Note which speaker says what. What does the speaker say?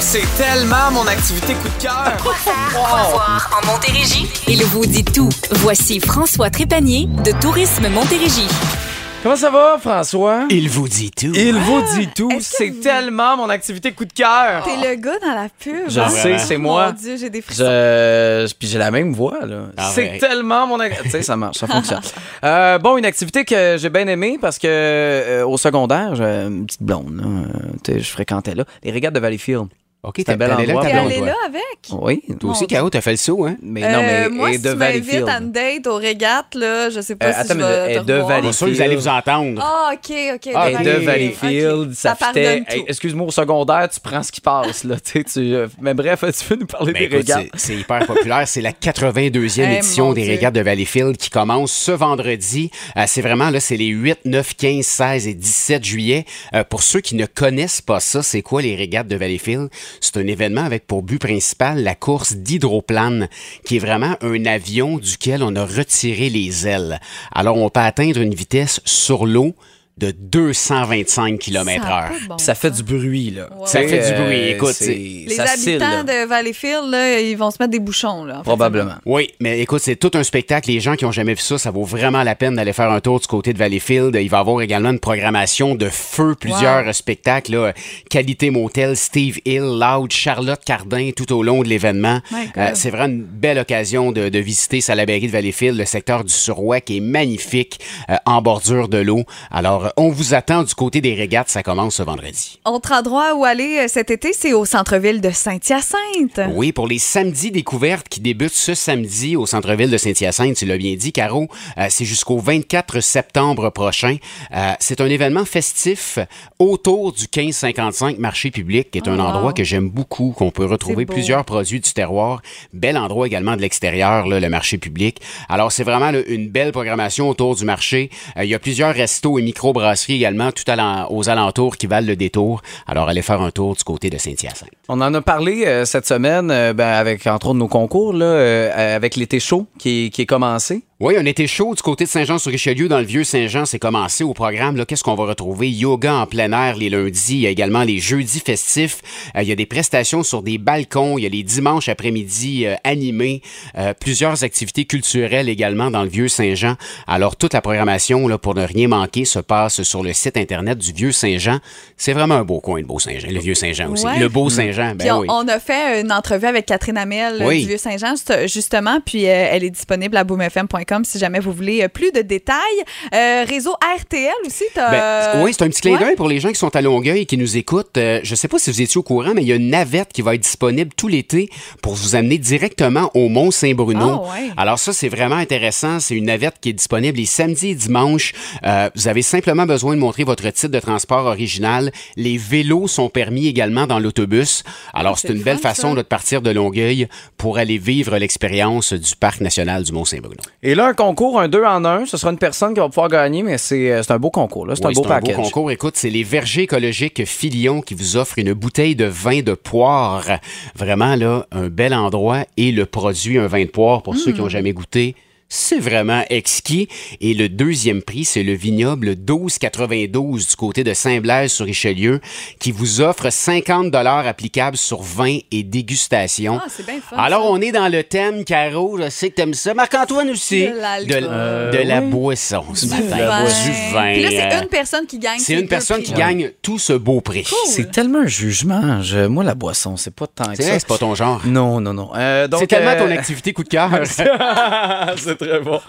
Speaker 1: C'est tellement mon activité coup de cœur.
Speaker 2: Quoi faire, quoi
Speaker 1: Wow.
Speaker 2: voir en Montérégie?
Speaker 3: Il vous dit tout. Voici François Trépanier de Tourisme Montérégie.
Speaker 4: Comment ça va, François?
Speaker 5: Il vous dit tout.
Speaker 4: Il vous dit tout.
Speaker 6: est-ce que
Speaker 1: C'est
Speaker 6: vous-
Speaker 1: tellement mon activité coup de cœur.
Speaker 6: T'es le gars dans la pub.
Speaker 4: Je
Speaker 6: hein?
Speaker 4: sais, c'est
Speaker 6: Mon
Speaker 4: moi.
Speaker 6: Dieu, j'ai des frissons.
Speaker 4: Je... Puis j'ai la même voix, là.
Speaker 5: Ah
Speaker 4: c'est
Speaker 5: ouais.
Speaker 4: tellement mon... ac- tu sais, ça marche, ça fonctionne. Euh, bon, une activité que j'ai bien aimée parce que euh, au secondaire, j'avais une petite blonde, là, euh, tu sais, je fréquentais là. Les régates de Valleyfield.
Speaker 5: OK,
Speaker 4: C'est
Speaker 5: t'es
Speaker 4: un bel
Speaker 5: allé là,
Speaker 4: endroit,
Speaker 6: T'es
Speaker 5: ta
Speaker 4: puis on
Speaker 5: blonde,
Speaker 6: allé
Speaker 5: toi.
Speaker 6: là avec?
Speaker 4: Oui.
Speaker 5: Toi aussi, Caro, t'as fait le saut, hein?
Speaker 4: Mais non, mais
Speaker 6: Euh, moi,
Speaker 4: Oh. et
Speaker 6: si
Speaker 4: de
Speaker 6: tu m'invites
Speaker 4: Valleyfield.
Speaker 6: à une date aux régates, là, je sais pas
Speaker 4: Euh,
Speaker 6: si
Speaker 4: attends
Speaker 6: je
Speaker 4: une minute,
Speaker 6: vais
Speaker 4: elle
Speaker 6: te
Speaker 4: est de
Speaker 6: revoir.
Speaker 4: Valley-
Speaker 5: Pas sûr que vous allez vous entendre.
Speaker 6: Ah, OK, OK.
Speaker 5: Ah,
Speaker 4: Et
Speaker 5: ok.
Speaker 4: de
Speaker 5: Valley-
Speaker 4: Valleyfield, ça fitait.
Speaker 6: pardonne tout.
Speaker 4: Hey, Excuse-moi, au secondaire, tu prends ce qui passe, là. tu sais, tu, euh, mais bref, tu veux nous parler
Speaker 5: Ben,
Speaker 4: des
Speaker 5: écoute,
Speaker 4: régates?
Speaker 5: c'est- c'est hyper populaire. C'est la 82e
Speaker 6: Eh, mon
Speaker 5: édition des
Speaker 6: Dieu.
Speaker 5: régates de Valleyfield qui commence ce vendredi. Euh, c'est vraiment là, c'est les 8, 9, 15, 16 et 17 juillet. Euh, pour ceux qui ne connaissent pas ça, c'est quoi les régates de Valleyfield? C'est un événement avec pour but principal la course d'hydroplane, qui est vraiment un avion duquel on a retiré les ailes. Alors, on peut atteindre une vitesse sur l'eau de 225 km
Speaker 6: Ça a
Speaker 5: heure.
Speaker 6: pas de bon
Speaker 4: Puis ça fait
Speaker 6: sens.
Speaker 4: du bruit, là.
Speaker 6: Ouais.
Speaker 5: Ça fait du bruit,
Speaker 4: Euh,
Speaker 5: écoute,
Speaker 4: c'est-
Speaker 5: c'est-
Speaker 6: Les
Speaker 4: ça cille, là.
Speaker 6: habitants de Valleyfield, là, ils vont se mettre des bouchons. Là, en fait.
Speaker 4: Probablement.
Speaker 5: Oui, mais écoute, c'est tout un spectacle. Les gens qui ont jamais vu ça, ça vaut vraiment la peine d'aller faire un tour du côté de Valleyfield. Il va y avoir également une programmation de feu, plusieurs spectacles. là. Qualité Motel, Steve Hill, Loud, Charlotte Cardin, tout au long de l'événement.
Speaker 6: My God.
Speaker 5: Euh, c'est vraiment une belle occasion de, de visiter Salaberry de Valleyfield, le secteur du Suroît qui est magnifique euh, en bordure de l'eau. Alors, euh, on vous attend du côté des régates. Ça commence ce vendredi.
Speaker 6: Autre endroit où aller euh, cet été, c'est au centre-ville de Saint-Hyacinthe.
Speaker 5: Oui, pour les samedis découvertes qui débutent ce samedi au centre-ville de Saint-Hyacinthe, tu l'as bien dit, Caro, euh, c'est jusqu'au 24 septembre prochain. Euh, c'est un événement festif autour du 1555 marché public, qui est un
Speaker 6: Oh, wow.
Speaker 5: endroit que j'aime beaucoup, qu'on peut retrouver
Speaker 6: beau.
Speaker 5: plusieurs produits du terroir. Bel endroit également de l'extérieur, là, le marché public. Alors, c'est vraiment là, une belle programmation autour du marché. Euh, il y a plusieurs restos et microbrasseries également, tout à l'en- aux alentours qui valent le détour. Alors, allez faire un tour du côté de Saint-Hyacinthe.
Speaker 4: On en a parlé euh, cette semaine, euh, ben, avec entre autres nos concours, là, euh, avec l'été chaud qui est, qui est commencé.
Speaker 5: Oui, on était chaud du côté de Saint-Jean-sur-Richelieu. Dans le vieux Saint-Jean, c'est commencé au programme. là. Qu'est-ce qu'on va retrouver? Yoga en plein air les lundis. Il y a également les jeudis festifs. Euh, il y a des prestations sur des balcons. Il y a les dimanches après-midi euh, animés. Euh, plusieurs activités culturelles également dans le vieux Saint-Jean. Alors, toute la programmation, là, pour ne rien manquer, se passe sur le site Internet du vieux Saint-Jean. C'est vraiment un beau coin, le beau Saint-Jean. Le vieux Saint-Jean aussi.
Speaker 6: Ouais.
Speaker 5: Le beau Saint-Jean,
Speaker 6: Puis
Speaker 5: ben
Speaker 6: on,
Speaker 5: oui.
Speaker 6: on a fait une entrevue avec Catherine Amel euh,
Speaker 5: Oui.
Speaker 6: du Vieux-Saint-Jean, juste- justement, puis euh, elle est disponible à boomfm.com si jamais vous voulez euh, plus de détails. Euh, réseau RTL aussi, t'as...
Speaker 5: Ben, oui, c'est un petit clin
Speaker 6: euh, ouais.
Speaker 5: d'œil pour les gens qui sont à Longueuil et qui nous écoutent. Euh, je ne sais pas si vous étiez au courant, mais il y a une navette qui va être disponible tout l'été pour vous amener directement au Mont-Saint-Bruno.
Speaker 6: Ah ouais.
Speaker 5: Alors ça, c'est vraiment intéressant. C'est une navette qui est disponible les samedis et dimanches. Euh, vous avez simplement besoin de montrer votre titre de transport original. Les vélos sont permis également dans l'autobus. Alors, c'est
Speaker 6: Ah, c'est
Speaker 5: une
Speaker 6: le
Speaker 5: belle
Speaker 6: fun,
Speaker 5: façon
Speaker 6: ça.
Speaker 5: là, de partir de Longueuil pour aller vivre l'expérience du Parc national du Mont-Saint-Bruno.
Speaker 4: Et là, un concours, un deux en un, ce sera une personne qui va pouvoir gagner, mais c'est euh, c'est un beau concours, là. c'est
Speaker 5: Oui,
Speaker 4: un beau package.
Speaker 5: concours. Écoute, c'est les vergers écologiques Filion qui vous offrent une bouteille de vin de poire. Vraiment, là, un bel endroit et le produit, un vin de poire, pour ceux qui
Speaker 6: Mm.
Speaker 5: n'ont jamais goûté. C'est vraiment exquis. Et le deuxième prix, c'est le vignoble 1292 du côté de Saint-Blaise-sur-Richelieu qui vous offre 50 dollars applicables sur vin et dégustation.
Speaker 6: Ah, c'est bien le fun,
Speaker 5: Alors,
Speaker 6: ça.
Speaker 5: on est dans le thème, Caro, je sais que t'aimes ça. Marc-Antoine aussi.
Speaker 6: De l'alcool.
Speaker 5: de, de la boisson ce matin. Du vin.
Speaker 6: Puis là,
Speaker 5: euh,
Speaker 6: c'est une personne qui gagne.
Speaker 5: c'est une
Speaker 6: deux
Speaker 5: personne
Speaker 6: prix,
Speaker 5: qui
Speaker 6: là.
Speaker 5: gagne tout ce beau prix.
Speaker 4: C'est tellement un jugement. Je- moi, la boisson, c'est pas tant que
Speaker 5: C'est vrai,
Speaker 4: ça.
Speaker 5: c'est pas ton genre.
Speaker 4: Non, non, non. Euh, donc,
Speaker 5: C'est tellement
Speaker 4: euh,
Speaker 5: ton activité coup de cœur.
Speaker 4: c'est très bon.